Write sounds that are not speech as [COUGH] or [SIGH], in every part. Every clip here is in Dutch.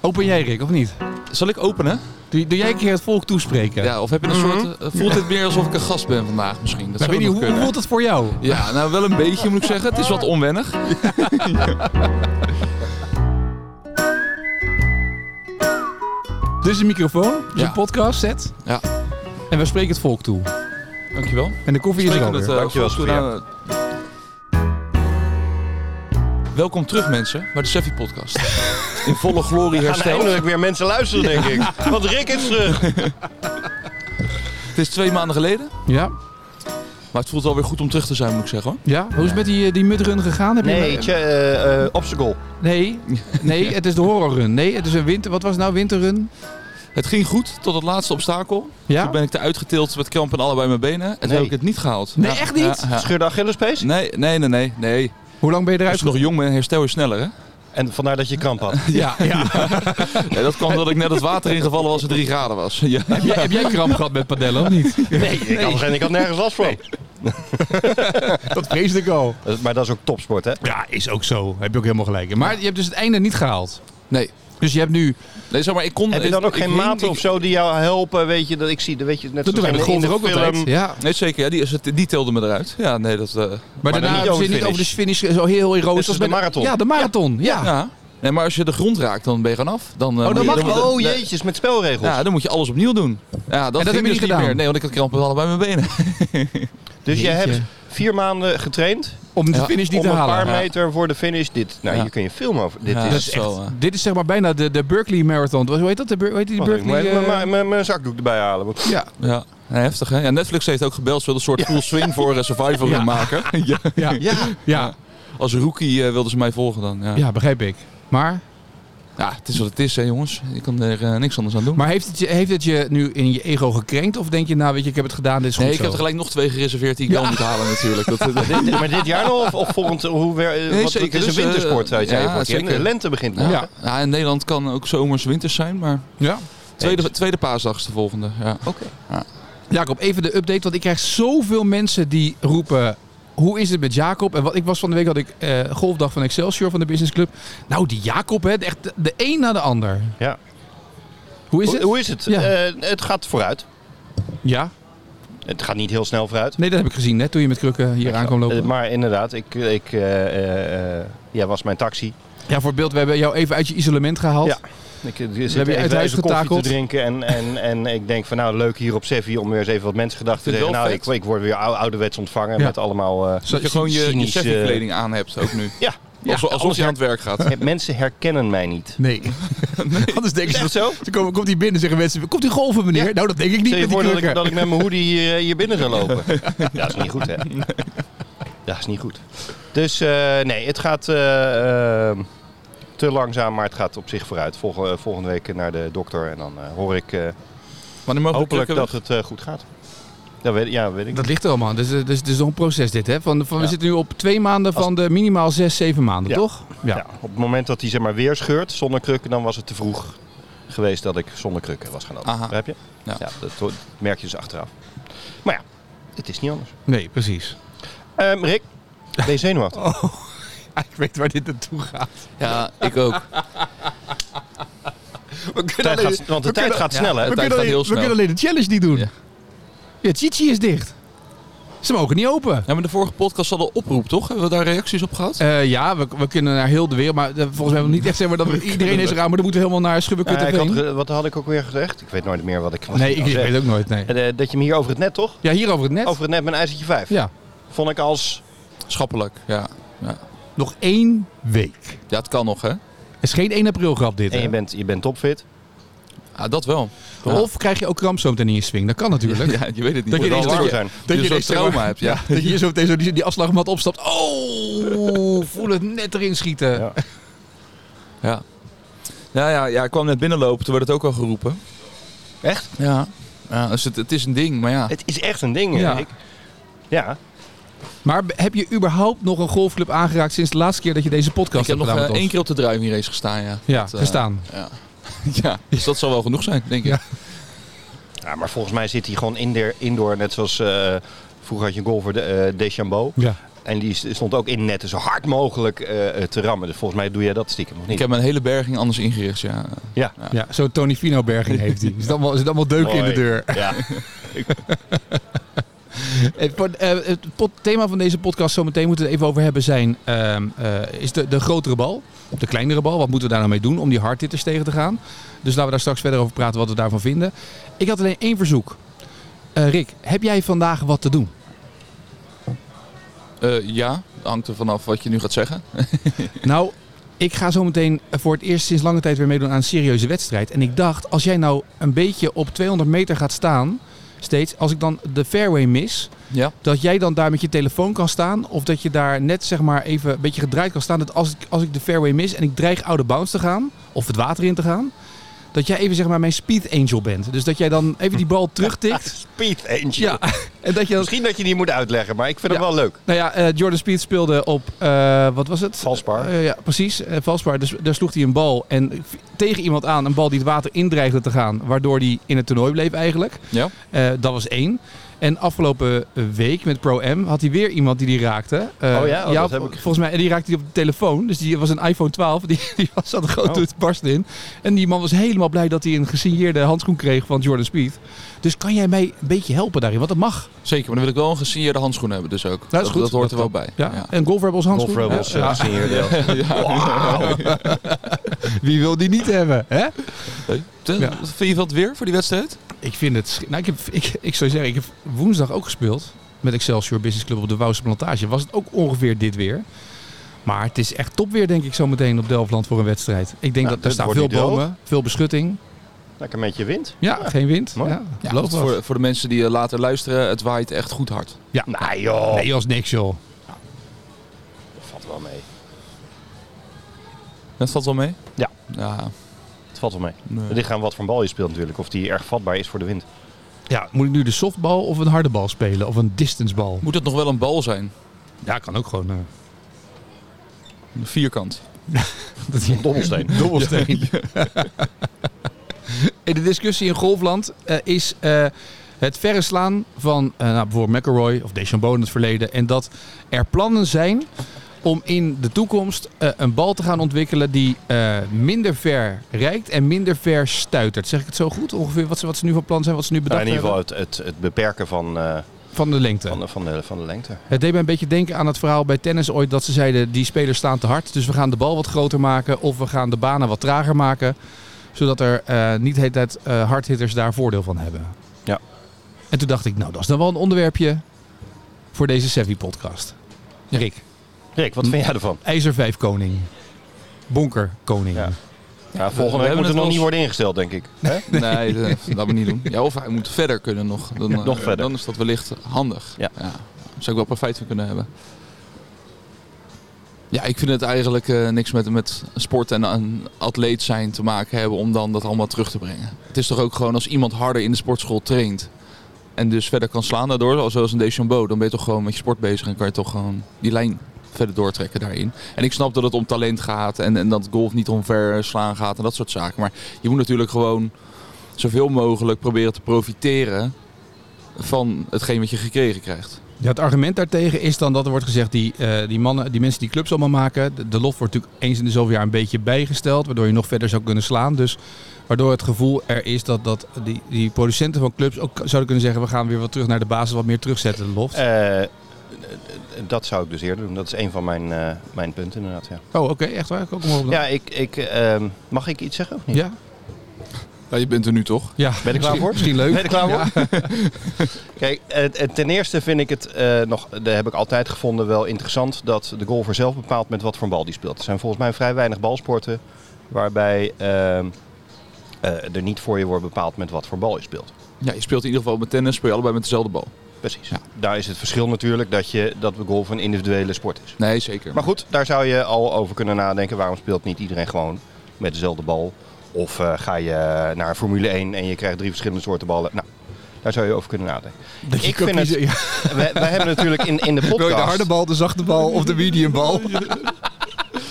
Open jij, Rick, of niet? Zal ik openen? Doe, doe jij een keer het volk toespreken? Ja, of heb je een soort... eh, Voelt dit meer alsof ik een gast ben vandaag misschien? Dat Nou, zou weet niet, nog hoe, hoe kunnen. voelt het voor jou? Ja, nou wel een beetje moet ik zeggen. Het is wat onwennig. Dit is een microfoon, dit is Ja. een podcast set. Ja. En we spreken het volk toe. Dankjewel. En de koffie is er Spreken ook we weer. het, eh, Dankjewel, volgens mij dan, eh, Welkom terug mensen bij de Seffi [LAUGHS] podcast. In volle glorie Gaan hersteld. eindelijk weer mensen luisteren, denk ik. Want Rick is eh, terug. Het is twee maanden geleden. Ja, Maar het voelt wel weer goed om terug te zijn moet ik zeggen hoor. ja. Hoe is het met die, eh, die mudrun gegaan? Heb Nee, je... tje, eh, eh, obstacle. [LAUGHS] nee, nee, het is de horrorrun. Nee, het is een winter... Wat was het nou, winterrun? Het ging goed tot het laatste obstakel. Ja? Toen ben ik er uitgetild met kramp en allebei mijn benen. En toen Nee. heb ik het niet gehaald. Nee, echt niet? Ja, ja. Scheurde Achillespees. Nee, nee, nee, nee, nee. Hoe lang ben je Als eruit? je nog jong bent, herstel je sneller hè. En vandaar dat je kramp had. Ja, ja. Ja, dat kwam omdat ik net het water ingevallen was en 3 graden was. Ja. heb, jij, heb jij kramp gehad met padellen of niet? [LAUGHS] Nee, ik had, geen- ik had nergens last van. Dat vreesde ik al. Dat- Maar dat is ook topsport, hè? Ja, is ook zo. Heb je ook helemaal gelijk. in. Maar je hebt dus het einde niet gehaald. Nee. Dus je hebt nu... Nee, zeg maar, ik kon... Heb je dan ook ik geen hing- maten ik- of zo die jou helpen? Weet je, dat ik zie, dat weet je, net Dat doen wij zoals met in Golder ook de altijd. film. Ja. Nee, zeker. Ja, die, is het- die telde me eruit. Ja, nee, dat... eh, Maar, Maar daarna dan niet zit je niet over de finish eh, zo heel eroos. Net zoals de marathon. Ja, de marathon. Ja. ja. Nee, maar als je de grond raakt, dan ben je gewoon af. Dan, eh, Oh, moet dat je- mag dan moet wel. je- Oh jeetjes, met spelregels. Ja, dan moet je alles opnieuw doen. Ja, dat, heb ging je dus niet gedaan? Meer. Nee, want ik had krampen allebei mijn benen. dus je Jeetje. hebt vier maanden getraind Om de Ja, finish niet om te een halen. paar Ja. meter voor de finish. Dit, nou, Ja. hier kun je filmen over. Dit Ja, is dat is wel, eh. Dit is zeg maar bijna de, de Berkeley Marathon. Hoe heet dat? De Ber- hoe heet die Wacht, ik moet Berkeley? even eh, mijn- mijn- mijn zakdoek erbij halen. want- Ja, Ja, Ja, heftig hè. Ja, Netflix heeft ook gebeld. Ze wilden een soort full swing voor eh, Survivor Ja. maken. [LAUGHS] Ja. ja, ja, Ja, ja, Als rookie eh, wilden ze mij volgen dan. Ja. Ja. begrijp ik. Maar, het is wat het is hè jongens. Ik kan er eh, niks anders aan doen. maar heeft, het je, heeft het je nu in je ego gekrenkt? Of denk je, nou weet je, ik heb het gedaan, dit is goed nee, ik zo? heb er gelijk nog twee gereserveerd die ik Ja. wel moet halen natuurlijk. Dat, [LAUGHS] dat- [LAUGHS] Dit- maar dit jaar nog? Of, of volgend hoe ver, eh, Nee, want zeker. Het is een Dus, eh, wintersport, zei je ja, even. zeker. De lente begint ja. nog. Ja. in Nederland kan ook zomers winters zijn, maar Ja. tweede, tweede paasdag is de volgende. Ja. Oké. Jacob, even de update. Want ik krijg zoveel mensen die roepen... Hoe is het met Jacob? En wat ik was van de week, had ik eh, golfdag van Excelsior van de Business Club. Nou, die Jacob, hè, echt de, de een na de ander. Ja. Hoe is Hoe, het? hoe is het? Ja. Eh, het gaat vooruit. Ja. Het gaat niet heel snel vooruit. Nee, dat heb ik gezien, hè, toen je met krukken hier aan kwam lopen. Eh, maar inderdaad, ik, ik eh, eh, eh, ja, was mijn taxi. Ja, voor het beeld, we hebben jou even uit je isolement gehaald. Ja. Ik eh, zit hebben je uit even, huis even koffie getakeld. te drinken en, en, en ik denk van nou leuk hier op Sevi om weer eens even wat mensengedachten te Vind ik zeggen. wel Nou, ik, vet. ik word weer ou- ouderwets ontvangen Ja. met allemaal... eh, Zo- Dat je gewoon je, je cynisch, seffi eh, kleding aan hebt, ook nu. ja, Alsof, alsof alles je aan het werk gaat. het- mensen herkennen mij [LAUGHS] niet. Nee. Anders denken ze dat... zo? Dan komen- komt hij binnen en zeggen mensen, komt die golven meneer? Ja. Nou, dat denk ik niet Stel je met die voor dat ik, krukken. dat ik met mijn hoodie hier, eh, hier binnen zou lopen. [LAUGHS] Ja, dat is niet goed, hè? Dat is niet goed. Dus eh, nee, het gaat eh, eh, te langzaam, maar het gaat op zich vooruit. Volgende, volgende week naar de dokter en dan eh, hoor ik eh, Maar nu mogen de hopelijk krukken dat het eh, goed gaat. Dat weet, ja, weet ik. Dat ligt er allemaal aan. Dus eh, dus- dus nog een proces dit, hè? Van, van, We Ja. zitten nu op twee maanden van de minimaal zes, zeven maanden, Ja. toch? Ja. op het moment dat hij zeg maar weer scheurt zonder krukken, dan was het te vroeg geweest dat ik zonder krukken was gaan lopen. Aha. Begrijp je? Ja. Ja. dat ho- merk je dus achteraf. Maar ja, het is niet anders. Nee, precies. Ehm, [LAUGHS] Rick, ben je zenuwachtig? Oh. [LAUGHS] Ik weet waar dit naartoe gaat. Ja, ik [LAUGHS] ook. We kunnen Tijd gaat, want de tijd gaat ja, snel, hè? het- we tijd kunnen gaat alleen- heel we snel. kunnen alleen de challenge niet doen. Ja. Ja, Chichi is dicht. Ze mogen niet open. Ja, maar de vorige podcast hadden een oproep, toch? Hebben we daar reacties op gehad? Eh, ja, we, we kunnen naar heel de wereld. Maar eh, volgens mij wil niet echt zeggen maar [LAUGHS] dat we- iedereen is eraan. Maar dan moeten we helemaal naar Schubbekut Ja, ik had, heen. ge- wat had ik ook weer gezegd? Ik weet nooit meer wat ik. Wat Nee, ik nou zeg. weet ook nooit. Nee. Eh, Dat je hem hier over het net, toch? Ja, hier over het net. Over het net met een ijzertje 5. Ja. Vond ik als. Schappelijk, ja. ja. Nog één week. Ja, het kan nog, hè? Het is geen 1 april grap dit. En je hè? bent, je bent topfit. Ja, dat wel. Ja. Of krijg je ook kramp zo meteen in je swing. Dat kan natuurlijk. [LAUGHS] Ja, je weet het niet. Dat je Het ineens zal warm warm zijn. Dat je ineens zo'n zeg maar- trauma hebt, ja. [LAUGHS] Dat je hier zo meteen zo die, die afslagmat opstapt. Oh, voel het net erin schieten. Ja. Ja. Ja, ja, ja, ik kwam net binnenlopen, toen werd het ook al geroepen. Echt? Ja. ja dus het, het is een ding, maar ja. Het is echt een ding, Ja. ja. Rick. Ja. Maar b- heb je überhaupt nog een golfclub aangeraakt sinds de laatste keer dat je deze podcast Ik heb hebt nog gedaan? eh, met ons? één keer op de druivenrace gestaan, ja. Ja, Dat, eh, gestaan. Ja. [LAUGHS] ja, dus dat zal wel genoeg zijn, denk ik. Ja. ja, maar volgens mij zit hij gewoon indoor, indoor net zoals. eh, Vroeger had je golfer de, eh, Deschambault. Ja. En die stond ook in netten zo hard mogelijk eh, te rammen. Dus volgens mij doe jij dat stiekem nog niet. Ik heb mijn hele berging anders ingericht, ja. Ja. Ja, zo'n Tony Fino berging heeft hij. Er zit allemaal, er zit allemaal deuk in de Mooi. deur. Ja. [LAUGHS] Het, pod- eh, het pod- thema van deze podcast, zometeen moeten we het even over hebben, zijn, ehm, eh, is de, de grotere bal. De kleinere bal. Wat moeten we daar nou mee doen om die hardhitters tegen te gaan? Dus laten we daar straks verder over praten wat we daarvan vinden. Ik had alleen één verzoek. Eh, Rick, heb jij vandaag wat te doen? Eh, ja, hangt er vanaf wat je nu gaat zeggen. Nou, ik ga zo meteen voor het eerst sinds lange tijd weer meedoen aan een serieuze wedstrijd. En ik dacht, als jij nou een beetje op 200 meter gaat staan, steeds, als ik dan de fairway mis, Ja. dat jij dan daar met je telefoon kan staan. Of dat je daar net zeg maar even een beetje gedraaid kan staan. Dat als ik, als ik de fairway mis en ik dreig oude bounce te gaan. Of het water in te gaan. Dat jij even zeg maar mijn speed angel bent. Dus dat jij dan even die bal terugtikt. [LAUGHS] Speed Angel. Ja. En dat je dan... Misschien dat je die moet uitleggen, maar ik vind Ja. hem wel leuk. Nou ja, eh, Jordan Speed speelde op... eh, wat was het? Valspar. Eh, ja, precies. eh, Valspar. Dus daar sloeg hij een bal. En v- tegen iemand aan. Een bal die het water in dreigde te gaan. Waardoor hij in het toernooi bleef eigenlijk. Ja. Eh, dat was één. En afgelopen week met Pro-M had hij weer iemand die die raakte. Eh, Oh ja? Oh, dat heb ik Volgens mij, en die raakte hij op de telefoon. Dus die was een iPhone 12. [LAUGHS] Die, die was- zat er gewoon Oh. door het barsten in. En die man was helemaal blij dat hij een gesigneerde handschoen kreeg van Jordan Speed. Dus kan jij mij een beetje helpen daarin? Want dat mag. Zeker, maar dan wil ik wel een gesigneerde handschoen hebben dus ook. is goed. dat hoort er wel Dat bij. Ja? En Golf Rebels handschoen? Golf Rebels, Ja. ja. ja. [LAUGHS] Ja. Ja, [LAUGHS] Wie wil die niet hebben? Hè? Ten- Ja. Vind je wat weer voor die wedstrijd? Ik vind het... sch- Nou, ik, heb, ik, ik zou zeggen, ik heb woensdag ook gespeeld met Excelsior Business Club op de Wouwse Plantage. Was het ook ongeveer dit weer. Maar het is echt topweer, denk ik, zo meteen op Delftland voor een wedstrijd. Ik denk Ja, dat er het staan wordt veel niet droog. bomen, veel beschutting. Lekker met je wind. Ja, geen wind. mooi. Ja, Ja, beloof wat. voor, voor de mensen die eh, later luisteren, het waait echt goed hard. Nou joh, Nee, als niks, joh. dat valt wel mee. Dat valt wel mee? Ja. Ja, Het valt wel mee. nee. Het ligt aan wat voor bal je speelt natuurlijk. Of die erg vatbaar is voor de wind. Ja, moet ik nu de softbal of een harde bal spelen? Of een distancebal? Moet het nog wel een bal zijn? Ja, kan ook gewoon. eh, Een vierkant. dat je- Dobbelsteen. [LAUGHS] Dobbelsteen. In de discussie in Golfland eh, is eh, het verre slaan van eh, nou, bijvoorbeeld McElroy of Deschambeau in het verleden. En dat er plannen zijn om in de toekomst eh, een bal te gaan ontwikkelen die eh, minder ver reikt en minder ver stuitert. Zeg ik het zo goed? Ongeveer wat ze, wat ze nu van plan zijn, wat ze nu Nou, bedacht in ieder geval hebben? het, het, het beperken van, eh, Van de lengte. van, de- van, de, van de lengte. Het deed mij een beetje denken aan het verhaal bij tennis ooit dat ze zeiden die spelers staan te hard, dus we gaan de bal wat groter maken of we gaan de banen wat trager maken, zodat er eh, niet de hele tijd eh, hardhitters daar voordeel van hebben. Ja. En toen dacht ik, nou dat is dan wel een onderwerpje voor deze Sevi podcast. Rick, Rick, wat vind jij ervan? IJzer 5 koning. Bonker koning. Ja. Ja, we hebben volgende week het moet er wel nog eens- niet worden ingesteld, denk ik. Hè? [LAUGHS] Nee, dat laten we niet doen. Ja, of hij moet verder kunnen nog. Dan, eh, nog verder. dan is dat wellicht handig. Ja. Zou ik wel profijt van kunnen hebben. Ja, ik vind het eigenlijk eh, niks met, met sport en een atleet zijn te maken hebben om dan dat allemaal terug te brengen. Het is toch ook gewoon als iemand harder in de sportschool traint en dus verder kan slaan daardoor, zoals een Deschambeau, dan ben je toch gewoon met je sport bezig en kan je toch gewoon die lijn verder doortrekken daarin. En ik snap dat het om talent gaat en, en dat golf niet om ver slaan gaat en dat soort zaken. Maar je moet natuurlijk gewoon zoveel mogelijk proberen te profiteren van hetgeen wat je gekregen krijgt. Ja, het argument daartegen is dan dat er wordt gezegd, die, eh, die mannen, die mensen die clubs allemaal maken, de, de lof wordt natuurlijk eens in de zoveel jaar een beetje bijgesteld, waardoor je nog verder zou kunnen slaan. Dus waardoor het gevoel er is dat, dat die, die producenten van clubs ook zouden kunnen zeggen, we gaan weer wat terug naar de basis, wat meer terugzetten, de loft. Eh, dat zou ik dus eerder doen. Dat is een van mijn, eh, mijn punten inderdaad. Ja, oh, oké, echt waar? Ik ook maar op dan. ja ik, ik, ehm, mag ik iets zeggen of niet? ja? Ja, je bent er nu toch? Ja. Ben ik klaar voor? Misschien leuk. Ben je er klaar voor? Ja. [LAUGHS] Kijk, eh, eh, ten eerste vind ik het eh, nog, dat heb ik altijd gevonden, wel interessant dat de golfer zelf bepaalt met wat voor een bal die speelt. Er zijn volgens mij vrij weinig balsporten waarbij ehm, eh, er niet voor je wordt bepaald met wat voor bal je speelt. Ja, je speelt in ieder geval met tennis, speel je allebei met dezelfde bal. Precies. Ja. Daar is het verschil natuurlijk dat, je, dat golf een individuele sport is. Nee, zeker. Maar goed, daar zou je al over kunnen nadenken. Waarom speelt niet iedereen gewoon met dezelfde bal? Of eh, ga je naar Formule 1 en je krijgt drie verschillende soorten ballen? Nou, daar zou je over kunnen nadenken. Dat je Ik kan vind het- kiezen, ja. Wij, wij hebben natuurlijk in, in de [LAUGHS] Wil je de harde podcast... bal, de zachte bal of de medium bal?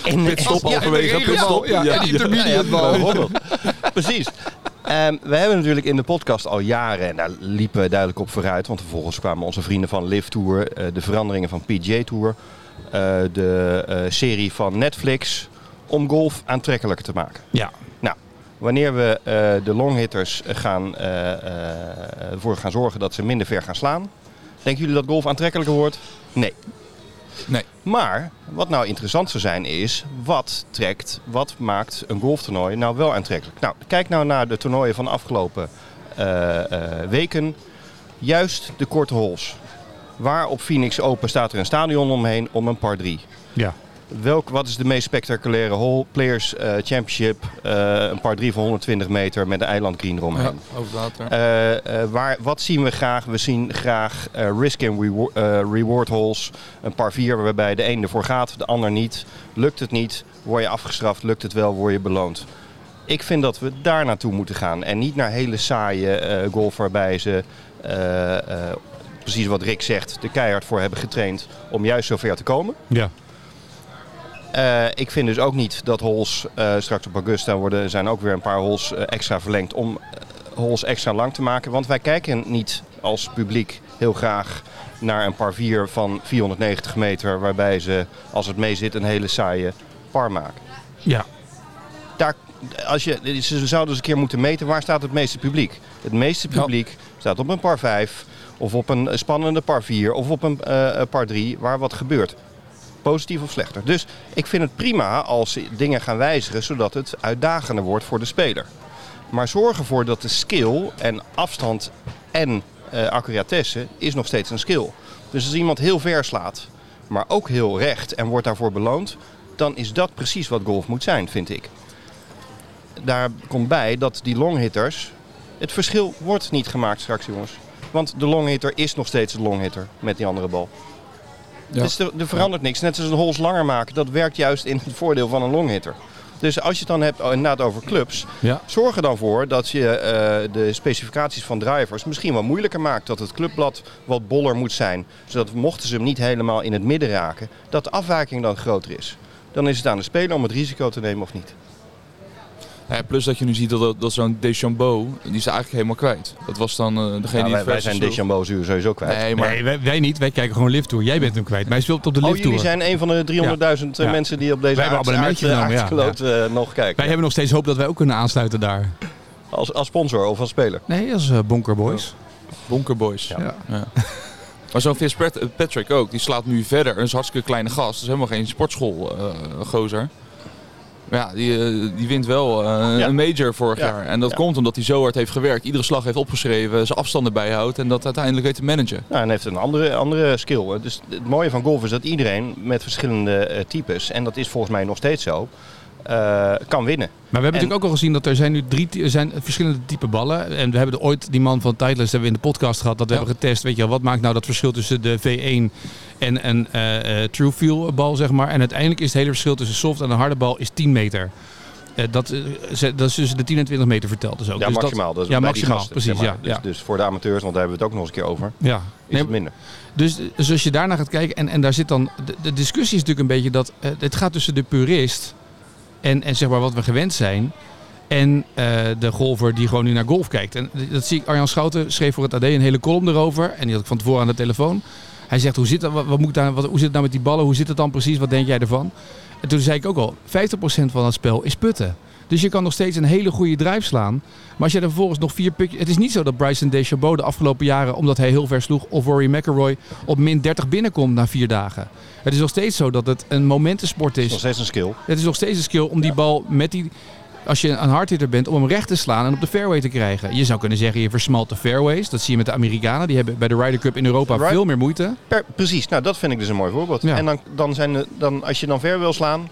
In, Pitstop Ja, halverwege, Ja, pitstop. ja, en die intermediate bal. bijvoorbeeld. Precies. Ehm, we hebben natuurlijk in de podcast al jaren, en daar liepen we duidelijk op vooruit. Want vervolgens kwamen onze vrienden van Live Tour, eh, de veranderingen van PGA Tour, eh, de eh, serie van Netflix. Om golf aantrekkelijker te maken. Ja. Nou, wanneer we eh, de longhitters gaan, eh, eh, ervoor gaan zorgen dat ze minder ver gaan slaan. Denken jullie dat golf aantrekkelijker wordt? Nee. Nee. Maar wat nou interessant zou zijn is, wat trekt, wat maakt een golftoernooi nou wel aantrekkelijk? Nou, kijk nou naar de toernooien van de afgelopen eh, eh, weken. Juist de korte holes. Waar op Phoenix Open staat er een stadion omheen om een par 3. Ja. Welk, wat is de meest spectaculaire hole? Players eh, Championship, eh, een par 3 van 120 meter met een eilandgreen eromheen. Ja, over water. Eh, eh, waar, wat zien we graag? We zien graag eh, risk en rewa- eh, reward holes. Een par vier waarbij de een ervoor gaat, de ander niet. Lukt het niet, word je afgestraft. Lukt het wel, word je beloond. Ik vind dat we daar naartoe moeten gaan. En niet naar hele saaie eh, golf waarbij ze, eh, eh, precies wat Rick zegt, de keihard voor hebben getraind om juist zover te komen. Ja. Eh, ik vind dus ook niet dat holes eh, straks op Augusta worden, zijn ook weer een paar holes eh, extra verlengd om eh, holes extra lang te maken. Want wij kijken niet als publiek heel graag naar een par 4 van 490 meter, waarbij ze, als het mee zit, een hele saaie par maken. Ja. Daar, als je, ze zouden eens een keer moeten meten waar staat het meeste publiek. Het meeste Ja. publiek staat op een par 5 of op een spannende par 4 of op een eh, par 3 waar wat gebeurt. Positief of slechter. Dus ik vind het prima als ze dingen gaan wijzigen zodat het uitdagender wordt voor de speler. Maar zorg ervoor dat de skill en afstand en eh accuratesse is nog steeds een skill. Dus als iemand heel ver slaat, maar ook heel recht en wordt daarvoor beloond, dan is dat precies wat golf moet zijn, vind ik. Daar komt bij dat die longhitters, het verschil wordt niet gemaakt straks, jongens. Want de longhitter is nog steeds de longhitter met die andere bal. Ja. Dus er, er verandert niks. Net als een holes langer maken, dat werkt juist in het voordeel van een longhitter. Dus als je het dan hebt oh, inderdaad over clubs, Ja. Zorg er dan voor dat je eh, de specificaties van drivers misschien wat moeilijker maakt. Dat het clubblad wat boller moet zijn. Zodat mochten ze hem niet helemaal in het midden raken, dat de afwijking dan groter is. Dan is het aan de speler om het risico te nemen of niet. Ja, plus dat je nu ziet dat, dat zo'n Deschambeau, die is eigenlijk helemaal kwijt. Dat was dan eh, degene Ja, die Nou, wij, het wij versus zijn sloeg. Deschambeau sowieso kwijt. Nee, maar nee, wij, wij niet. Wij kijken gewoon Lift Tour. Jij bent hem kwijt. Maar hij speelt op de Oh, Lift Tour. jullie zijn een van de 300.000 eh, Ja. mensen die op deze Wij hebben aard- abonnementje aard- genomen, ja. aardkloot, eh, nog kijken. Wij hebben nog steeds hoop dat wij ook kunnen aansluiten daar. Als, als sponsor of als speler. Nee, als is Bonker Boys. Bonkerboys. Ja. Ja. [LAUGHS] Maar zo'n Vince Pat- Patrick ook, die slaat nu verder. Dat is een hartstikke kleine gast. Dat is helemaal geen sportschoolgozer. maar ja, die, eh, die wint wel eh, Ja. een major vorig Ja. jaar. En dat Ja. komt omdat hij zo hard heeft gewerkt. Iedere slag heeft opgeschreven, zijn afstanden bijhoudt. En dat uiteindelijk weet te managen. Nou, en heeft een andere, andere skill. hè. Dus het mooie van golf is dat iedereen met verschillende eh, types, en dat is volgens mij nog steeds zo, eh, kan winnen. Maar we hebben En- natuurlijk ook al gezien dat er zijn nu drie ty- er zijn verschillende type ballen. En we hebben er ooit die man van Titleist hebben we in de podcast gehad. Dat we Ja. hebben getest. Weet je wel, wat maakt nou dat verschil tussen de V1 en een eh, eh, True Feel bal, zeg maar. En uiteindelijk is het hele verschil tussen soft en een harde bal is 10 meter. Eh, dat, eh, ze- dat is tussen de 10 en 20 meter verteld. Dus ook. Ja, Dus dat- maximaal. Dat, is ja, bij maximaal. Die gasten, precies, zeg maar. ja, dus, ja. dus voor de amateurs, want daar hebben we het ook nog eens een keer over, ja. is Nee, het minder. Dus, dus als je daarnaar gaat kijken, en, en daar zit dan. De, de discussie is natuurlijk een beetje dat. eh, het gaat tussen de purist en, en zeg maar wat we gewend zijn. En eh, de golfer die gewoon nu naar golf kijkt. En dat zie ik. Arjan Schouten schreef voor het AD een hele column erover. En die had ik van tevoren aan de telefoon. Hij zegt: hoe zit, dat, wat, wat moet ik daar, wat, hoe zit het nou met die ballen? Hoe zit het dan precies? Wat denk jij ervan? En toen zei ik ook al: 50% van het spel is putten. Dus je kan nog steeds een hele goede drijf slaan. Maar als je er vervolgens nog vier putjes... Het is niet zo dat Bryson DeChambeau de afgelopen jaren... omdat hij heel ver sloeg... of Rory McIlroy op min 30 binnenkomt na vier dagen. Het is nog steeds zo dat het een momentensport Dat is nog is. steeds een skill. Het is nog steeds een skill om die bal met die... Als je een hardhitter bent, om hem recht te slaan en op de fairway te krijgen. Je zou kunnen zeggen, je versmalt de fairways. Dat zie je met de Amerikanen. Die hebben bij de Ryder Cup in Europa Right. veel meer moeite. Per- precies, nou dat vind ik dus een mooi voorbeeld. Ja. En dan, dan zijn de, dan, als je dan ver wil slaan,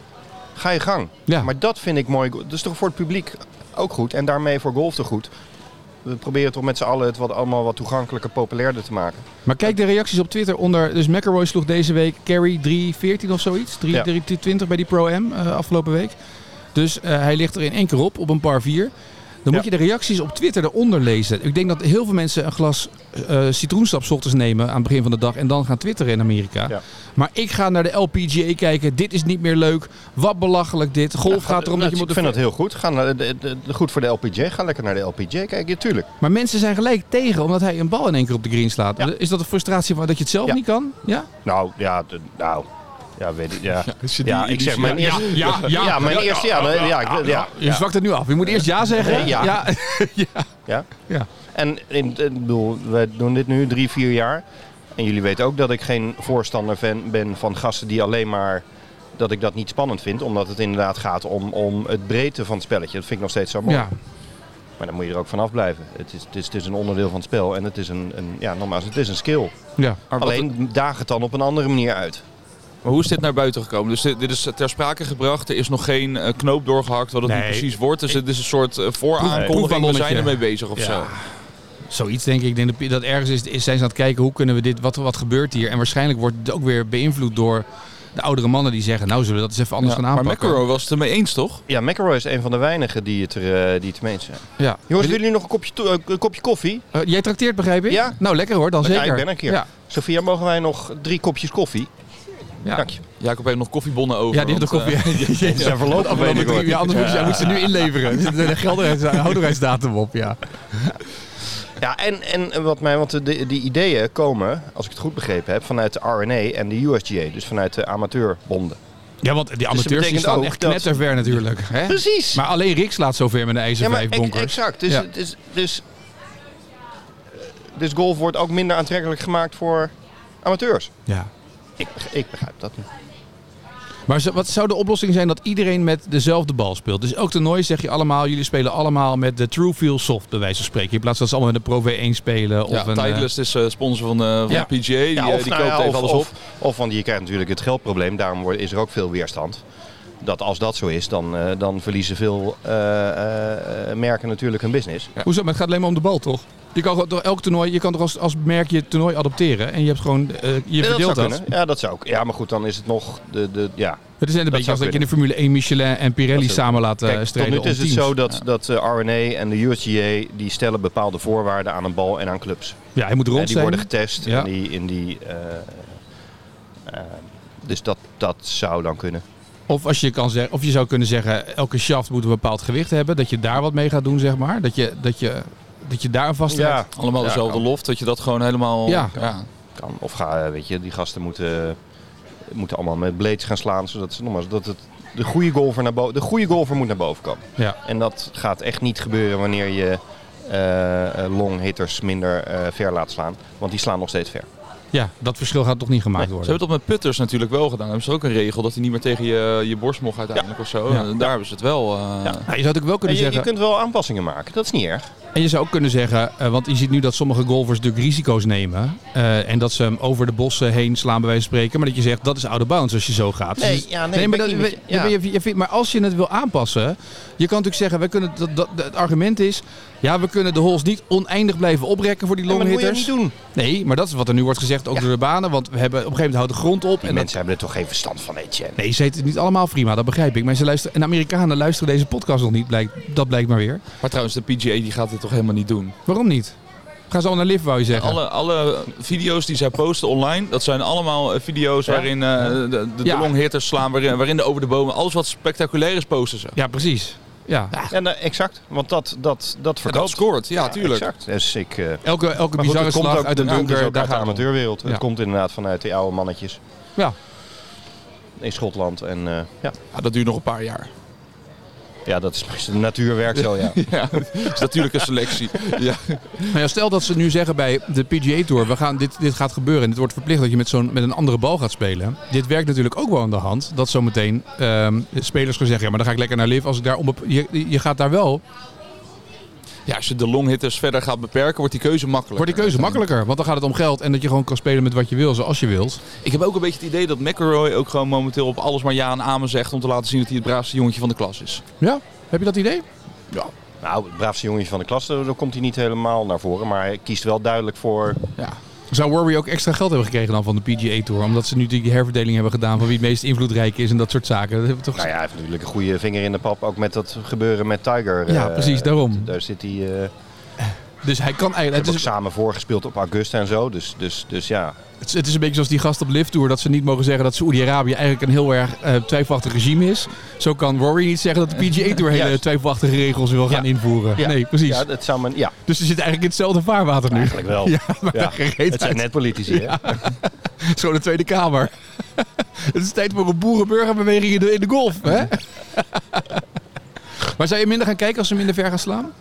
ga je gang. Ja, Maar dat vind ik mooi. Dat is toch voor het publiek ook goed en daarmee voor golf toch goed. We proberen toch met z'n allen het wat, allemaal wat toegankelijker, populairder te maken. Maar kijk de reacties op Twitter onder. Dus McElroy sloeg deze week Carry 3.14 of zoiets. 3.20 Ja. bij die Pro M eh, afgelopen week. Dus eh, hij ligt er in één keer op, op een par 4. Dan Ja. moet je de reacties op Twitter eronder lezen. Ik denk dat heel veel mensen een glas eh citroensap 's ochtends nemen aan het begin van de dag en dan gaan twitteren in Amerika. Ja. Maar ik ga naar de LPGA kijken. Dit is niet meer leuk. Wat belachelijk dit. Golf gaat erom dat je Ik moet... vind dat heel goed. Ga naar de, de- de- goed voor de LPJ. Ga lekker naar de LPJ kijken. Ja, tuurlijk. Maar mensen zijn gelijk tegen omdat hij een bal in één keer op de green slaat. Ja. Is dat een frustratie van dat je het zelf Ja. niet kan? Ja? Nou, ja, de- nou. Ja, weet ik. Ja, ja ik zeg [LAUGHS] mijn Ja, eerste. ja, ja. mijn eerste. Ja, ja, ja, ik- ja, Je zwakt het nu af. Je moet eerst ja zeggen. Nee, ja. Ja. Ja. En in, ik bedoel, wij doen dit nu drie, vier jaar. En jullie weten ook dat ik geen voorstander ben, ben van gasten die alleen maar... dat ik dat niet spannend vind. Omdat het inderdaad gaat om, om het breedte van het spelletje. Dat vind ik nog steeds zo mooi. Ja. Maar dan moet je er ook vanaf blijven. Het is, het is, het is een onderdeel van het spel. En het is een, een ja, nogmaals, het is een skill. ja. Maar wat- Alleen daag het dan op een andere manier uit. Maar hoe is dit naar buiten gekomen? Dus dit, dit is ter sprake gebracht. Er is nog geen eh, knoop doorgehakt wat het nu Nee. precies wordt. Dus het is een soort eh, vooraankondiging. We proefballonnetje. zijn ermee bezig of Ja. zo. Zoiets denk ik. Ik denk dat- dat ergens is, is- zijn ze aan het kijken hoe kunnen we dit, wat, wat gebeurt hier. En waarschijnlijk wordt het ook weer beïnvloed door de oudere mannen die zeggen, nou zullen we dat eens even anders Ja, gaan maar aanpakken. McEnroe was het ermee eens, toch? Ja, McElroy is een van de weinigen die het, er, eh, die het mee eens zijn. ja. Jongens, Wil- willen jullie nog een kopje, to- eh, een kopje koffie? eh, jij trakteert begrijp ik? Ja. Nou lekker hoor, dan Lekker, zeker. ik ben er een keer. Ja, Sophia, mogen wij nog drie kopjes koffie? ja. Dank je. Jacob heeft nog koffiebonnen over. Ja, die heeft de want, eh, koffie. [LAUGHS] Jezus. Ze zijn verlopen, Afgelopen weet ik, drie- hoor. ja, anders moet, je, moet ze nu inleveren. Er zit een gelderheids- houdbaarheidsdatum op, ja. Ja, en, en wat mij, want de, die ideeën komen, als ik het goed begrepen heb, vanuit de RNA en de USGA, dus vanuit de amateurbonden. Ja, want die amateurs amateurs die betekent staan staan ook echt echt dat- knetterver natuurlijk. Precies! Maar alleen Rick slaat zover met een ijzer ja, maar vijf ex- bonkers. exact. Dus, Ja. dus, dus, eh, dus golf wordt ook minder aantrekkelijk gemaakt voor amateurs. Ja. Ik, beg- ik begrijp dat niet. Maar zo- wat zou de oplossing zijn dat iedereen met dezelfde bal speelt? Dus elk toernooi zeg je allemaal, jullie spelen allemaal met de True Feel Soft, bij wijze van spreken. In plaats van dat ze allemaal met een Pro V1 spelen. Of eh, een, ja, eh, Titleist is eh, sponsor van, eh van Ja. PGA. Die, eh, die nou koopt even of- alles of- op. Of, want je krijgt natuurlijk het geldprobleem, daarom wordt- is er ook veel weerstand. Dat als dat zo is, dan, eh, dan verliezen veel eh, eh, eh, merken natuurlijk hun business. Hoezo? Maar het gaat alleen maar om de bal, toch? Je kan gewoon door elk toernooi, je kan toch als, als merk je toernooi adopteren. En je hebt gewoon, eh, je Ja, dat verdeelt zou dat. kunnen. Ja, dat zou ook. Ja, maar goed, dan is het nog de, de ja. Het is net een beetje zou als dat je in de Formule 1 Michelin en Pirelli Dat zou- samen laat eh, Kijk, tot strijden nu toe is om het teams. zo dat, dat eh, RNA en de USGA die stellen bepaalde voorwaarden aan een bal en aan clubs. Ja, hij moet En rond die zijn. worden getest Ja. en die in die. eh, eh, dus dat, dat zou dan kunnen. Of, als je kan zeggen, of je zou kunnen zeggen, elke shaft moet een bepaald gewicht hebben. Dat je daar wat mee gaat doen, zeg maar. Dat je, dat je, dat je daar een vast hebt. Allemaal Ja, dezelfde kan. loft. Dat je dat gewoon helemaal... Ja. Kan. Of ga, eh, weet je, die gasten moeten, moeten allemaal met blades gaan slaan. Zodat ze, nogmaals, dat het, de, goede golfer naar boven, de goede golfer moet naar boven komen. Ja. En dat gaat echt niet gebeuren wanneer je eh, eh, long hitters minder eh, ver laat slaan. Want die slaan nog steeds ver. ja, dat verschil gaat toch niet gemaakt Ze worden. hebben dat met putters natuurlijk wel gedaan. Hebben ze ook een regel dat hij niet meer tegen je, je borst mocht uiteindelijk of zo. Ja. En daar hebben ze het wel... eh, Ja, Nou, je zou het ook wel En kunnen je, je zeggen. kunt wel aanpassingen maken, dat is niet erg. En je zou ook kunnen zeggen, eh, want je ziet nu dat sommige golfers natuurlijk risico's nemen. eh, en dat ze hem over de bossen heen slaan, bij wijze van spreken. Maar dat je zegt, dat is out of bounds als je zo gaat. Nee, Dus- ja, maar, nee, ben dat, ik niet met je- dan ja. ben je- je vindt- maar als je het wil aanpassen, je kan natuurlijk zeggen, wij kunnen, dat, dat, het argument is, ja, we kunnen de holes niet oneindig blijven oprekken voor die Ja, maar dat moet je longhitters. niet doen. Nee, maar dat is wat er nu wordt gezegd, ook Ja. door de banen. Want we hebben op een gegeven moment houdt de grond op. Die en dat- mensen hebben er toch geen verstand van, Etienne. nee, ze heten het niet allemaal prima, dat begrijp ik. Maar ze luisteren, en de Amerikanen luisteren deze podcast nog niet, blijkt, dat blijkt maar weer. Maar trouwens, de PGA die gaat dit toch helemaal niet doen? Waarom niet? Gaan ze al naar Liv, wou je zeggen? Alle, alle video's die zij posten online, dat zijn allemaal eh, video's Ja. waarin eh, de, de, Ja. longhitters slaan, waarin, waarin de over de bomen, alles wat spectaculair is, posten ze. Ja, precies. Ja. Ja, nou, exact. Want dat, dat, dat En dat verkoopt. scoort, ja, tuurlijk. Exact. Dus ik, eh, Elke, elke maar goed, bizarre het komt slag ook uit de dat komt bunker, dus ook daar uit de gaat het om. amateurwereld. Ja. Het komt inderdaad vanuit die oude mannetjes Ja. in Schotland. En eh, ja. Ja, dat duurt nog een paar jaar. Dus ja, dat is de natuurwerk zo, ja. Ja, dat is natuurlijk een selectie. Ja. Nou ja, stel dat ze nu zeggen bij de PGA Tour, we gaan, dit, dit gaat gebeuren en het wordt verplicht dat je met, zo'n, met een andere bal gaat spelen. Dit werkt natuurlijk ook wel aan de hand, dat zometeen ehm, spelers gaan zeggen, ja, maar dan ga ik lekker naar Liv. Als ik daar onbep- je, je gaat daar wel ja, als je de longhitters verder gaat beperken, wordt die keuze makkelijker. Wordt die keuze makkelijker, want dan gaat het om geld en dat je gewoon kan spelen met wat je wil, zoals je wilt. Ik heb ook een beetje het idee dat McElroy ook gewoon momenteel op alles maar ja en amen zegt om te laten zien dat hij het braafste jongetje van de klas is. Ja, heb je dat idee? Nou, het braafste jongetje van de klas, daar daar komt hij niet helemaal naar voren. Maar hij kiest wel duidelijk voor Ja. Zou Rory ook extra geld hebben gekregen dan van de PGA Tour? Omdat ze nu die herverdeling hebben gedaan van wie het meest invloedrijk is en dat soort zaken. Dat hebben we toch... Nou ja, hij heeft natuurlijk een goede vinger in de pap. Ook met dat gebeuren met Tiger. Ja, eh, precies, daarom. Daar zit hij... eh Dus hij kan eigenlijk... het Het is is, samen voorgespeeld op Augusta en zo. Dus, dus, dus ja. het is- het is een beetje zoals die gast op Lift Tour. Dat ze niet mogen zeggen dat Saoedi-Arabië eigenlijk een heel erg eh, twijfelachtig regime is. Zo kan Rory niet zeggen dat de PGA Tour hele [LAUGHS] Juist. twijfelachtige regels wil gaan Ja. invoeren. Ja. Nee, precies. Ja, dat zou men, ja, Dus ze zit eigenlijk in hetzelfde vaarwater nu. eigenlijk wel. Ja, Maar [LAUGHS] daar geen reet Het zijn uit. net politici, hè? Zo de Tweede Kamer. [LAUGHS] het is tijd voor een boerenburgerbeweging in de, in de golf. [LAUGHS] Hè? maar zou je minder gaan kijken als ze minder ver gaan slaan?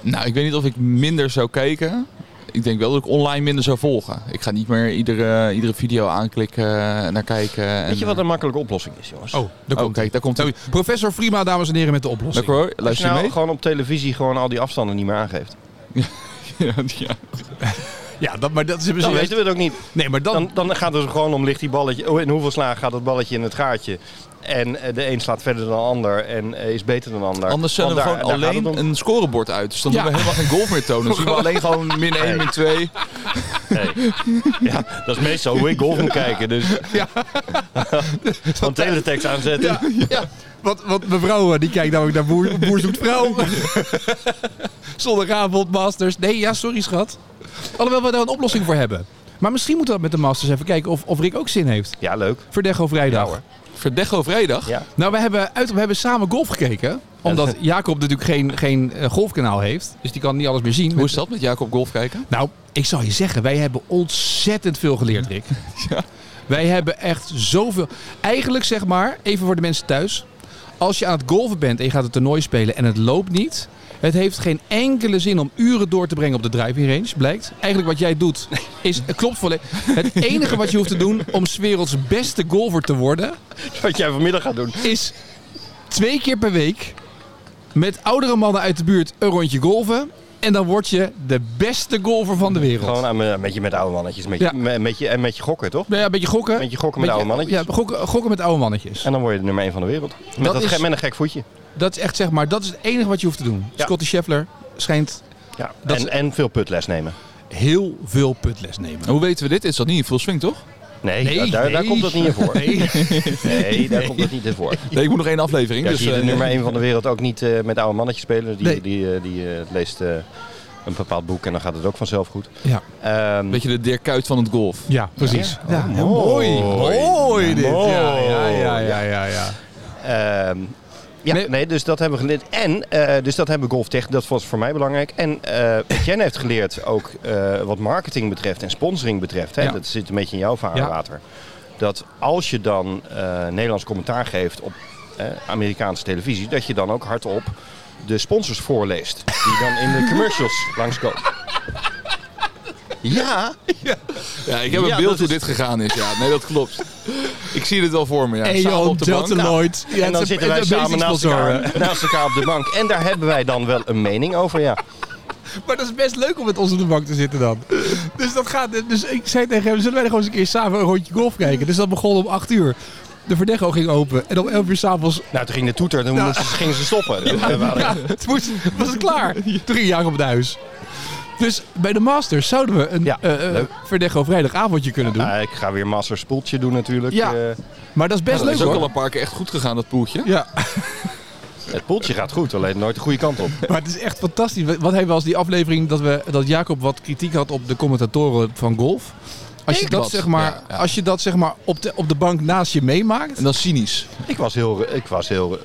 Nou, ik weet niet of ik minder zou kijken. Ik denk wel dat ik online minder zou volgen. Ik ga niet meer iedere, iedere video aanklikken en naar kijken. En, Weet je wat een makkelijke oplossing is, jongens? Oh, daar Oh, komt kijk, daar komt hij. Nou, professor Frima, dames en heren, met de oplossing. Lekker hoor, Als je luister je nou mee? gewoon op televisie gewoon al die afstanden niet meer aangeeft. [LAUGHS] ja, ja. Ja, dat, maar dat is Dan misschien... weten we het ook niet. Nee, maar dan... Dan, dan gaat het er gewoon om, ligt die balletje... oh, in hoeveel slagen gaat dat balletje in het gaatje? En eh, de een slaat verder dan de ander en eh, is beter dan de ander. Anders zijn zenden we gewoon alleen een scorebord uit. Dus dan Ja. doen we helemaal geen golf meer tonen. Dan zien we [LAUGHS] alleen gewoon min 1, min 2. [LAUGHS] Ja, dat is meestal hoe ik golf moet kijken. Dus [LAUGHS] van teletext aanzetten. [LAUGHS] Ja, ja. Want, want mevrouw eh, die kijkt namelijk naar Boer, boer zoekt vrouw. Zondagavond, Masters. Nee, ja, sorry schat. Alhoewel we daar een oplossing voor hebben. Maar misschien moeten we dat met de Masters even kijken of, of Rick ook zin heeft. Ja, leuk. Verdecho vrijdag. Verdecho vrijdag. Ja. Nou, we hebben, uit, we hebben samen golf gekeken. Omdat Jacob natuurlijk geen, geen eh, golfkanaal heeft. Dus die kan niet alles meer zien. Hoe is dat met Jacob Golf kijken? Nou, ik zal je zeggen, wij hebben ontzettend veel geleerd, Rick. Wij hebben echt zoveel. Eigenlijk zeg maar, even voor de mensen thuis. Als je aan het golven bent en je gaat het toernooi spelen en het loopt niet. Het heeft geen enkele zin om uren door te brengen op de driving range, blijkt. Eigenlijk wat jij doet, is, het klopt volledig. Het enige wat je hoeft te doen om 's werelds beste golfer te worden, Wat jij vanmiddag gaat doen. is twee keer per week met oudere mannen uit de buurt een rondje golven. En dan word je de beste golfer van de wereld. Gewoon aan, me- met je met oude mannetjes. Met je, Ja. me- met je, en met je gokken, toch? Nou ja, een beetje gokken. Met je gokken met oude mannetjes. Ja, gokken, gokken met oude mannetjes. En dan word je de nummer 1 van de wereld. Met, Dat dat is- ge- met een gek voetje. Dat is echt zeg maar, dat is het enige wat je hoeft te doen. Ja. Scotty Scheffler schijnt Ja. Dat En, is- en veel putles nemen. heel veel putles nemen. En hoe weten we dit? Is dat niet in full swing, toch? Nee, Nee, daar, daar nee. komt dat niet in voor. Nee, [LAUGHS] Nee. daar komt dat niet in [LAUGHS] voor. Nee, ik moet nog één aflevering. Ja, dus, zie je de eh, nummer 1 van de wereld ook niet eh, met oude mannetjes spelen. Die, Nee. die, eh, die eh, leest eh, een bepaald boek en dan gaat het ook vanzelf goed. Ja, Ehm, Een beetje de Dirk Kuyt van het golf. ja precies. Oh, Ja. heel mooi. Mooi, Mooi dit. Ja, ja, ja, ja, Ja. ja, ja. Ehm, ja, Nee. nee. dus dat hebben we geleerd. En, eh, dus dat hebben we golftech, dat was voor mij belangrijk. En eh Jen heeft geleerd ook eh, wat marketing betreft en sponsoring betreft. Hè, Ja. Dat zit een beetje in jouw vaarwater. Dat als je dan eh, Nederlands commentaar geeft op eh, Amerikaanse televisie, dat je dan ook hardop de sponsors voorleest. Die dan in de [LAUGHS] commercials langskomen. Ja, Ja, ik heb een Ja, beeld dat hoe dit is- gegaan is. Ja, nee, dat klopt. Ik zie dit wel voor me. Ja. Hey Samen joh, op de bank. Delta Lloyd. Ja, en dan het is een- zitten wij het is een samen basic naast sponsor, elkaar, naast elkaar op de bank. En daar hebben wij dan wel een mening over, ja. hè. Maar dat is best leuk om met ons op de bank te zitten dan. Dus dat gaat. Dus ik zei tegen hem, zullen wij gewoon eens een keer samen een rondje golf kijken? Dus dat begon om 8 uur. De verdecho ging open. En om 11 uur s'avonds Nou, toen ging de toeter, toen moesten ze, gingen ze stoppen. We waren- Ja, het moest, was het klaar. [LAUGHS] Toen ging Jacob naar huis. Dus bij de Masters zouden we een Ja, eh, eh leuk. Verdecho vrijdagavondje kunnen doen. Ah, ik ga weer Master Spoeltje doen natuurlijk. Ja. Eh, Maar dat is best Dat is leuk ook al hoor. een paar keer echt goed gegaan, dat poeltje. [LAUGHS] Ja, het poeltje gaat goed, alleen nooit de goede kant op. maar het is echt fantastisch. Wat wat hebben we als die aflevering dat, we, dat Jacob wat kritiek had op de commentatoren van golf? Als je, Ik dat, wat. zeg maar, Ja, ja. Als je dat zeg maar op de, op de bank naast je meemaakt. En dat is cynisch. Ik was heel... Ik was heel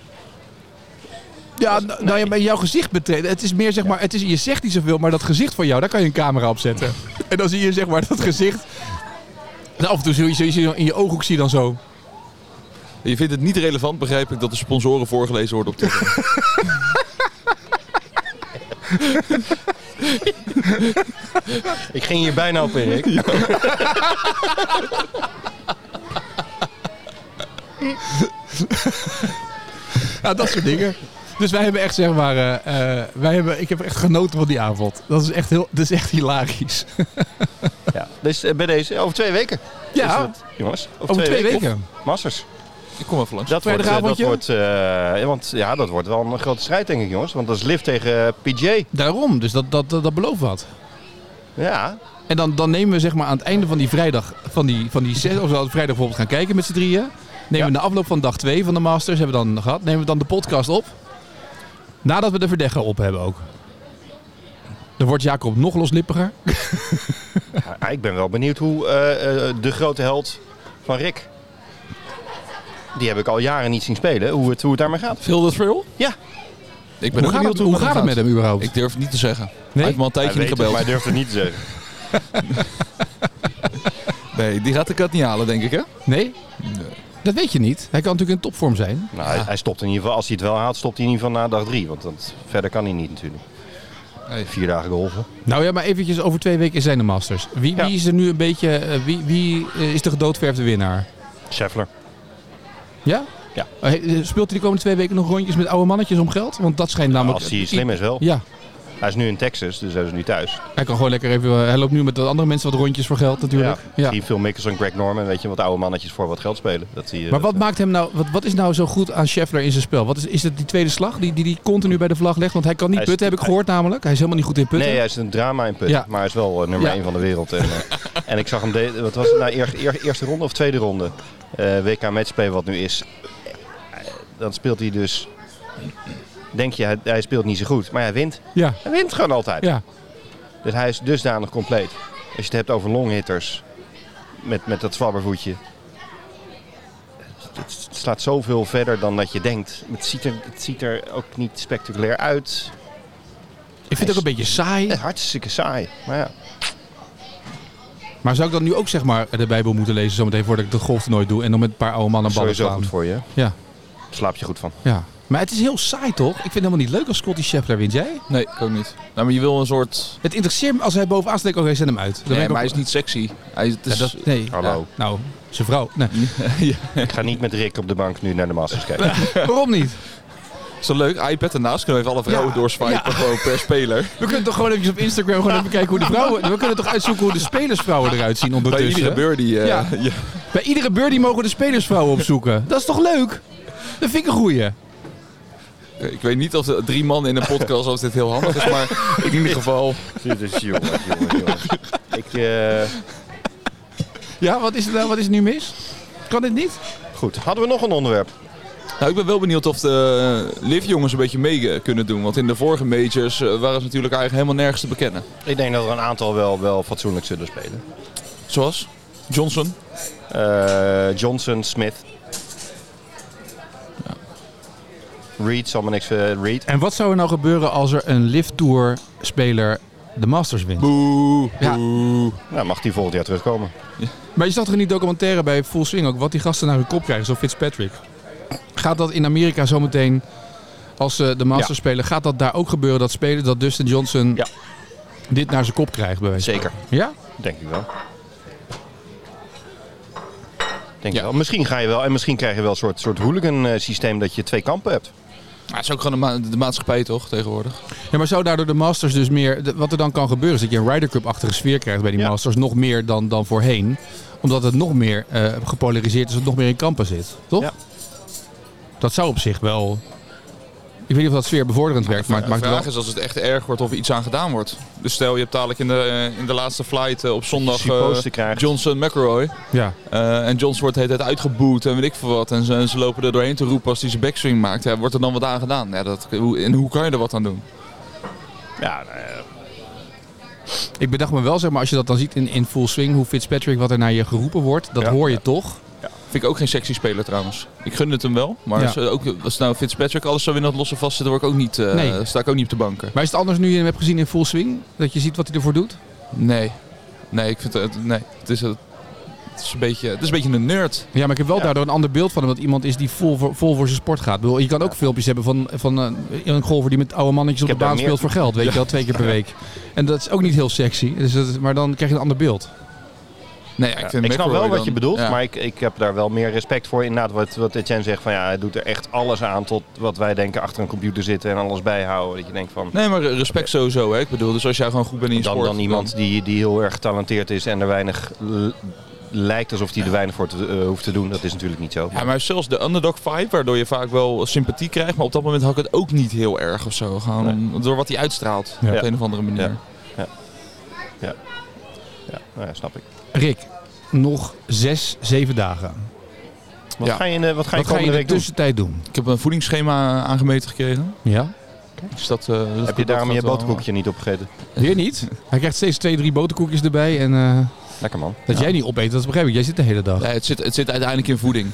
Ja, n- nou ja, maar jouw gezicht betreden. Het is meer zeg maar, het is, je zegt niet zoveel, maar dat gezicht van jou, daar kan je een camera op [LAUGHS] zetten. En dan zie je zeg maar dat gezicht. En af en toe zie je, zie je in je ooghoek zie je dan zo. Je vindt het niet relevant, begrijp ik, dat de sponsoren voorgelezen worden [LAUGHS] op Twitter. ik ging hier bijna op in, ik. Ja, dat soort dingen. Dus wij hebben echt, zeg maar, eh, eh, wij hebben, ik heb echt genoten van die avond. Dat is echt, heel, dat is echt hilarisch. Ja. Dus eh, bij deze, over twee weken. Ja, Is het, jongens. Over, over twee, weken. Of Masters. Ik kom even langs. Dat wordt, eh, dat Vrijdagavondje? wordt, eh, ja, want, ja, dat wordt wel een grote strijd, denk ik, jongens. Want dat is lift tegen eh, PJ. Daarom, dus dat, dat, dat, dat belooft wat. Ja, En dan, dan nemen we zeg maar aan het einde van die vrijdag, van die, van die zes, of we hadden vrijdag bijvoorbeeld gaan kijken met z'n drieën. Nemen we na afloop van dag twee van de Masters, hebben we dan gehad, nemen we dan de podcast op. Nadat we de verdegger op hebben ook. Dan wordt Jacob nog loslippiger. Ja, Ah, ik ben wel benieuwd hoe eh, eh, de grote held van Rick. Die heb ik al jaren niet zien spelen. Hoe het, hoe het daarmee gaat. Veel de thrill? Ja. Ik Hoe ben ook gaat, benieuwd het, hoe gaat het met hem überhaupt? Ik durf het niet te zeggen. Hij Nee? heeft me al een tijdje niet gebeld. maar durft het niet te zeggen. Nee, die gaat de kat niet halen, denk ik, hè? nee? Dat weet je niet. Hij kan natuurlijk in topvorm zijn. Nou, hij, hij stopt in ieder geval, als hij het wel haalt, stopt hij in ieder geval na dag drie. Want dat, verder kan hij niet natuurlijk. Nee. Vier dagen golven. Nou ja, maar eventjes over twee weken zijn de Masters. Wie, Ja. wie is er nu een beetje, eh, wie, wie eh, is de gedoodverfde winnaar? Scheffler. Ja? Ja. Eh, Speelt hij de komende twee weken nog rondjes met oude mannetjes om geld? Want dat schijnt namelijk... Nou, Als hij slim is wel. Ja, Hij is nu in Texas, dus hij is nu thuis. hij kan gewoon lekker even... eh, Hij loopt nu met de andere mensen wat rondjes voor geld natuurlijk. Ja. Misschien veel Mikkels en Greg Norman. Weet je, wat oude mannetjes voor wat geld spelen. Dat die, eh, Maar wat dat- maakt hem nou... Wat, wat is nou zo goed aan Scheffler in zijn spel? Wat is, is het die tweede slag die die, die continu bij de vlag legt? Want hij kan niet Hij is- putten, heb ik gehoord namelijk. Hij is helemaal niet goed in putten. Nee, hij is een drama in put. Ja. Maar hij is wel eh, nummer Ja. 1 van de [LAUGHS] wereld. En, eh, en ik zag hem, de, wat was het nou, eer- eer- eerste ronde of tweede ronde? Eh, WK matchplay wat nu is. Eh, Dan speelt hij dus, denk je, hij, hij speelt niet zo goed. Maar hij wint. Ja, Hij wint gewoon altijd. ja. Dus hij is dusdanig compleet. Als je het hebt over longhitters, met, met dat zwabbervoetje. Het slaat zoveel verder dan dat je denkt. Het ziet er, het ziet er ook niet spectaculair uit. Ik vind het ook een beetje saai. Hartstikke saai. Maar ja. Maar zou ik dan nu ook zeg maar de Bijbel moeten lezen zometeen voordat ik de golf nooit doe? En dan met een paar oude mannen ballen Sowieso slaan? goed voor je. Ja. Slaap je goed van. Ja. Maar het is heel saai toch? Ik vind het helemaal niet leuk als Scotty Scheffler wint. Jij? Nee, ik ook niet. Nou, maar je wil een soort... Het interesseert me als hij bovenaan staat. denk ik, Oké, zet hem uit. Dan ben Nee, ik maar hij ook- is niet sexy. Hij, het Ja, is... dat, nee. Hallo. Ja, nou, zijn vrouw. Nee. Ik ga niet met Rick op de bank nu naar de Masters kijken. [LAUGHS] Waarom niet? is dat leuk? iPad ernaast kunnen we even alle vrouwen Ja. doorswipen gewoon per speler. We kunnen toch gewoon even op Instagram gewoon even kijken hoe de vrouwen... We kunnen toch uitzoeken hoe de spelersvrouwen eruit zien Bij ondertussen. iedere birdie. eh, Dus, Ja. [LAUGHS] ja. Bij iedere birdie mogen de spelersvrouwen opzoeken. Dat is toch leuk? Dat vind ik een goeie. Ik weet niet of de drie mannen in een podcast of dit heel handig is, maar in ieder geval... Dit is jongens, jongens, jongens. Ik, eh, Ja, wat is, er, nou- wat is er nu mis? Kan dit niet? goed, hadden we nog een onderwerp? Nou, ik ben wel benieuwd of de Liv-jongens een beetje mee eh, kunnen doen. Want in de vorige majors eh, waren ze natuurlijk eigenlijk helemaal nergens te bekennen. Ik denk dat er een aantal wel, wel fatsoenlijk zullen spelen. Zoals Johnson. Eh, Johnson, Smith. Reed zal me niks... eh, Reed. En wat zou er nou gebeuren als er een lift tour speler de Masters wint? Boe, Ja. boe. Nou, mag die volgend jaar terugkomen. Maar je zag toch in die documentaire bij Full Swing ook wat die gasten naar hun kop krijgen, zo Fitzpatrick. Gaat dat in Amerika zometeen, als ze de Masters spelen, gaat dat daar ook gebeuren dat spelen dat Dustin Johnson Ja. dit naar zijn kop krijgt bij wijze van- Zeker. Ja? Denk ik wel. Denk Ja. ik wel. Misschien ga je wel... En misschien krijg je wel een soort, soort hooligan-systeem dat je twee kampen hebt. Maar het is ook gewoon de, ma- de maatschappij toch tegenwoordig? ja, maar zou daardoor de Masters dus meer, de- wat er dan kan gebeuren is dat je een Ryder Cup-achtige sfeer krijgt bij die Ja. Masters, nog meer dan, dan voorheen. Omdat het nog meer eh, gepolariseerd is, dat het nog meer in kampen zit, toch? Ja. Dat zou op zich wel, ik weet niet of dat sfeer bevorderend werkt, maar het de maakt wel... vraag is als het echt erg wordt of er iets aan gedaan wordt. Dus stel je hebt dadelijk in de, eh, in de laatste flight eh, op zondag Suppose eh, te krijgen. Johnson McElroy. Ja. Eh, en Johnson wordt de hele tijd uitgeboet en weet ik veel wat. En ze, en ze lopen er doorheen te roepen als hij zijn backswing maakt. Ja, wordt er dan wat aan gedaan? Ja, dat, hoe, en hoe kan je er wat aan doen? Ja, nou ja, Ik bedacht me wel, zeg maar, als je dat dan ziet in, in full swing, hoe Fitzpatrick wat er naar je geroepen wordt, dat Ja. hoor je toch? Vind ik ook geen sexy speler trouwens. Ik gun het hem wel. Maar Ja. als, eh, ook, als nou Fitzpatrick alles zou winnen dat losse vast zit, word ik ook niet, eh, Nee. sta ik ook niet op de banken. Maar is het anders nu je hem hebt gezien in full swing? Dat je ziet wat hij ervoor doet? Nee. Nee, ik vind het, eh, nee. Het, is, een- het, is een beetje, het is een beetje een nerd. Ja, maar ik heb wel Ja. daardoor een ander beeld van hem. Dat iemand is die vol voor, vol voor zijn sport gaat. Ik bedoel, je kan ook filmpjes hebben van, van eh, een golfer die met oude mannetjes op de heb daar baan meer- speelt voor geld. Weet je wel, twee keer [LAUGHS] per week. En dat is ook niet heel sexy. Dus dat, maar dan krijg je een ander beeld. Nee, ja, ik, Ja, vind ik snap McElroy wel wat dan- je bedoelt, ja. maar ik, ik heb daar wel meer respect voor. Inderdaad, wat, wat Etienne zegt, van ja, hij doet er echt alles aan tot wat wij denken achter een computer zitten en alles bijhouden. Dat je denkt van, Nee, maar respect sowieso. Hè. Ik bedoel, dus als jij gewoon goed bent in je dan, sport... dan iemand die, die heel erg getalenteerd is en er weinig l- lijkt alsof hij er weinig voor te, eh, hoeft te doen. Dat is natuurlijk niet zo. Ja, maar hij heeft zelfs de underdog vibe, waardoor je vaak wel sympathie krijgt. Maar op dat moment had ik het ook niet heel erg of zo. Gewoon om- door wat hij uitstraalt, Ja. op een of andere manier. Ja. Ja, nou ja, snap ik. Rick, nog zes, zeven dagen. Wat Ja. ga je, in de- wat ga je Wat ga je komende in de week doen? tussentijd doen? Ik heb een voedingsschema aangemeten gekregen. Ja? Dus dat, eh, dat- Heb je dat daarom gaat je wel- boterkoekje niet opgegeten? Weer niet? Hij krijgt steeds twee, drie boterkoekjes erbij. En eh, Lekker man. dat jij niet opeet, dat begrijp ik. Jij zit de hele dag. Nee, het, zit, het zit uiteindelijk in voeding.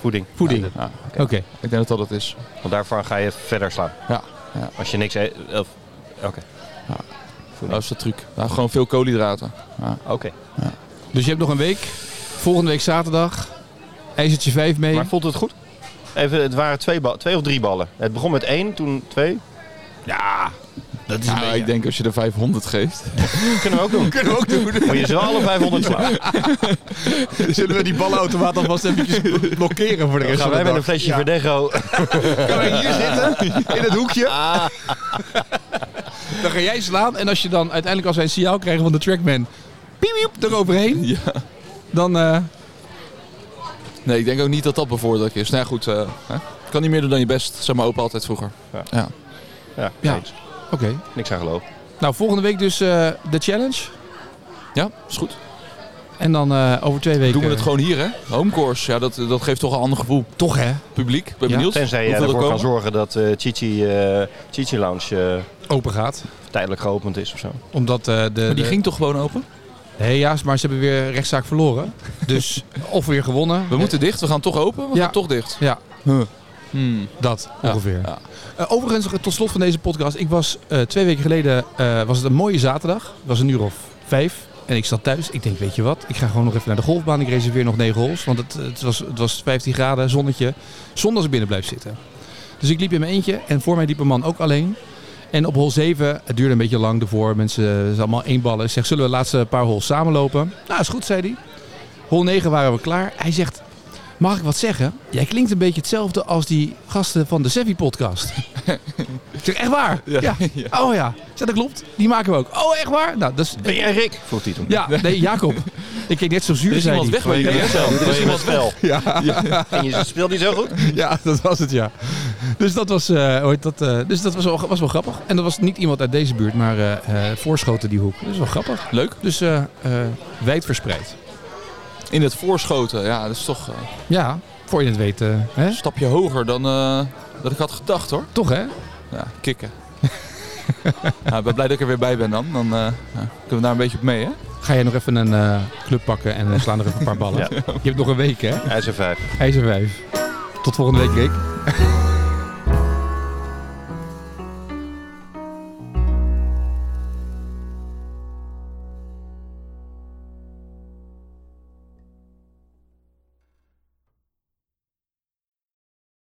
Voeding. Voeding. Ja, Oké. ik denk dat dat het is. Want daarvan ga je verder slaan. Ja, ja. Als je niks eet. of- Oké. Dat is de truc. Nou, gewoon veel koolhydraten. Oké. Dus je hebt nog een week. Volgende week zaterdag. IJzertje 5 mee. Maar voelt het goed? Even, het waren twee, bal, twee of drie ballen. Het begon met één, toen twee. ja, dat is Nou, ik denk als je er 500 geeft. Kunnen we ook doen. kunnen we ook doen. Moet je ze alle 500 slaan. Zullen we die ballenautomaat alvast eventjes blokkeren voor de Dan rest gaan van de wij met een dag? flesje Verdego. Gaan wij [LAUGHS] hier zitten, in het hoekje. Dan ga jij slaan. En als je dan uiteindelijk als wij een signaal krijgen van de trackman... Piep, piep, eroverheen. Ja. Dan... eh, Nee, ik denk ook niet dat dat bevorderlijk is. Nou ja, goed, eh, hè? Je kan niet meer doen dan je best, zeg maar opa altijd vroeger. Ja, Ja. eens. Oké. niks aan geloof. Nou, volgende week dus eh, de challenge. Ja, is goed. En dan eh, over twee weken... Doen we het gewoon hier, hè? Homecourse, ja, dat, dat geeft toch een ander gevoel. Toch, hè? Publiek, ik ben Ja. eh, benieuwd. Tenzij jij hoeveel er ervoor kan komen. zorgen dat eh Chichi, eh, Chichi Lounge eh, Open gaat. tijdelijk geopend is of zo. Omdat eh, de... Maar die de- ging toch gewoon open? Nee, ja, maar ze hebben weer rechtszaak verloren. Dus of weer gewonnen. We moeten dicht, we gaan toch open, we Ja. gaan toch dicht. Ja. Huh. Hmm. Dat Ja, ongeveer. ja. Eh, overigens, tot slot van deze podcast. Ik was eh, twee weken geleden, eh, was het een mooie zaterdag. Het was een uur of vijf. En ik zat thuis. Ik denk, weet je wat? Ik ga gewoon nog even naar de golfbaan. Ik reserveer nog negen holes. Want het, het, was, het was 15 graden, zonnetje. Zonder als ik binnen blijf zitten. Dus ik liep in mijn eentje. En voor mij liep een man ook alleen. En op hol 7, het duurde een beetje lang ervoor. Mensen eh, ze allemaal één ballen. Ik zeg, zullen we de laatste paar holes samenlopen? Nou, is goed, zei hij. Hol 9 waren we klaar. Hij zegt, Mag ik wat zeggen? Jij klinkt een beetje hetzelfde als die gasten van de Sevi podcast. [LAUGHS] ik zeg, echt waar? Ja. Oh ja. Ik zeg, dat klopt. Die maken we ook. Oh, echt waar? Nou, dat is... Ben jij Rick? Vroeg hij toen. Ja, nee, Jacob. Ik keek net zo zuur, Er is zei Oh, iemand hij. weg bij Wil je jullie, het hè? spel? Wil je het spel? Ja. En je speelt niet zo goed? ja, dat was het, ja. Dus dat was, eh, hoe heet dat, eh, dus dat was, wel, was wel grappig. En dat was niet iemand uit deze buurt, maar eh, eh, Voorschoten die hoek. Dat is wel grappig. Leuk. Dus eh eh, wijd verspreid. In het voorschoten, ja, dat is toch eh, Ja, voor je het weet. eh, hè? een stapje hoger dan eh, dat ik had gedacht, hoor. Toch, hè? Ja, [LAUGHS] kikken. nou, ik ben blij dat ik er weer bij ben dan. Dan eh, ja, kunnen we daar een beetje op mee, hè? Ga jij nog even een eh, club pakken en eh, slaan er even een paar ballen. Ja. Je hebt nog een week, hè? Hij is een vijf. IJzer 5. Tot volgende week, Rick.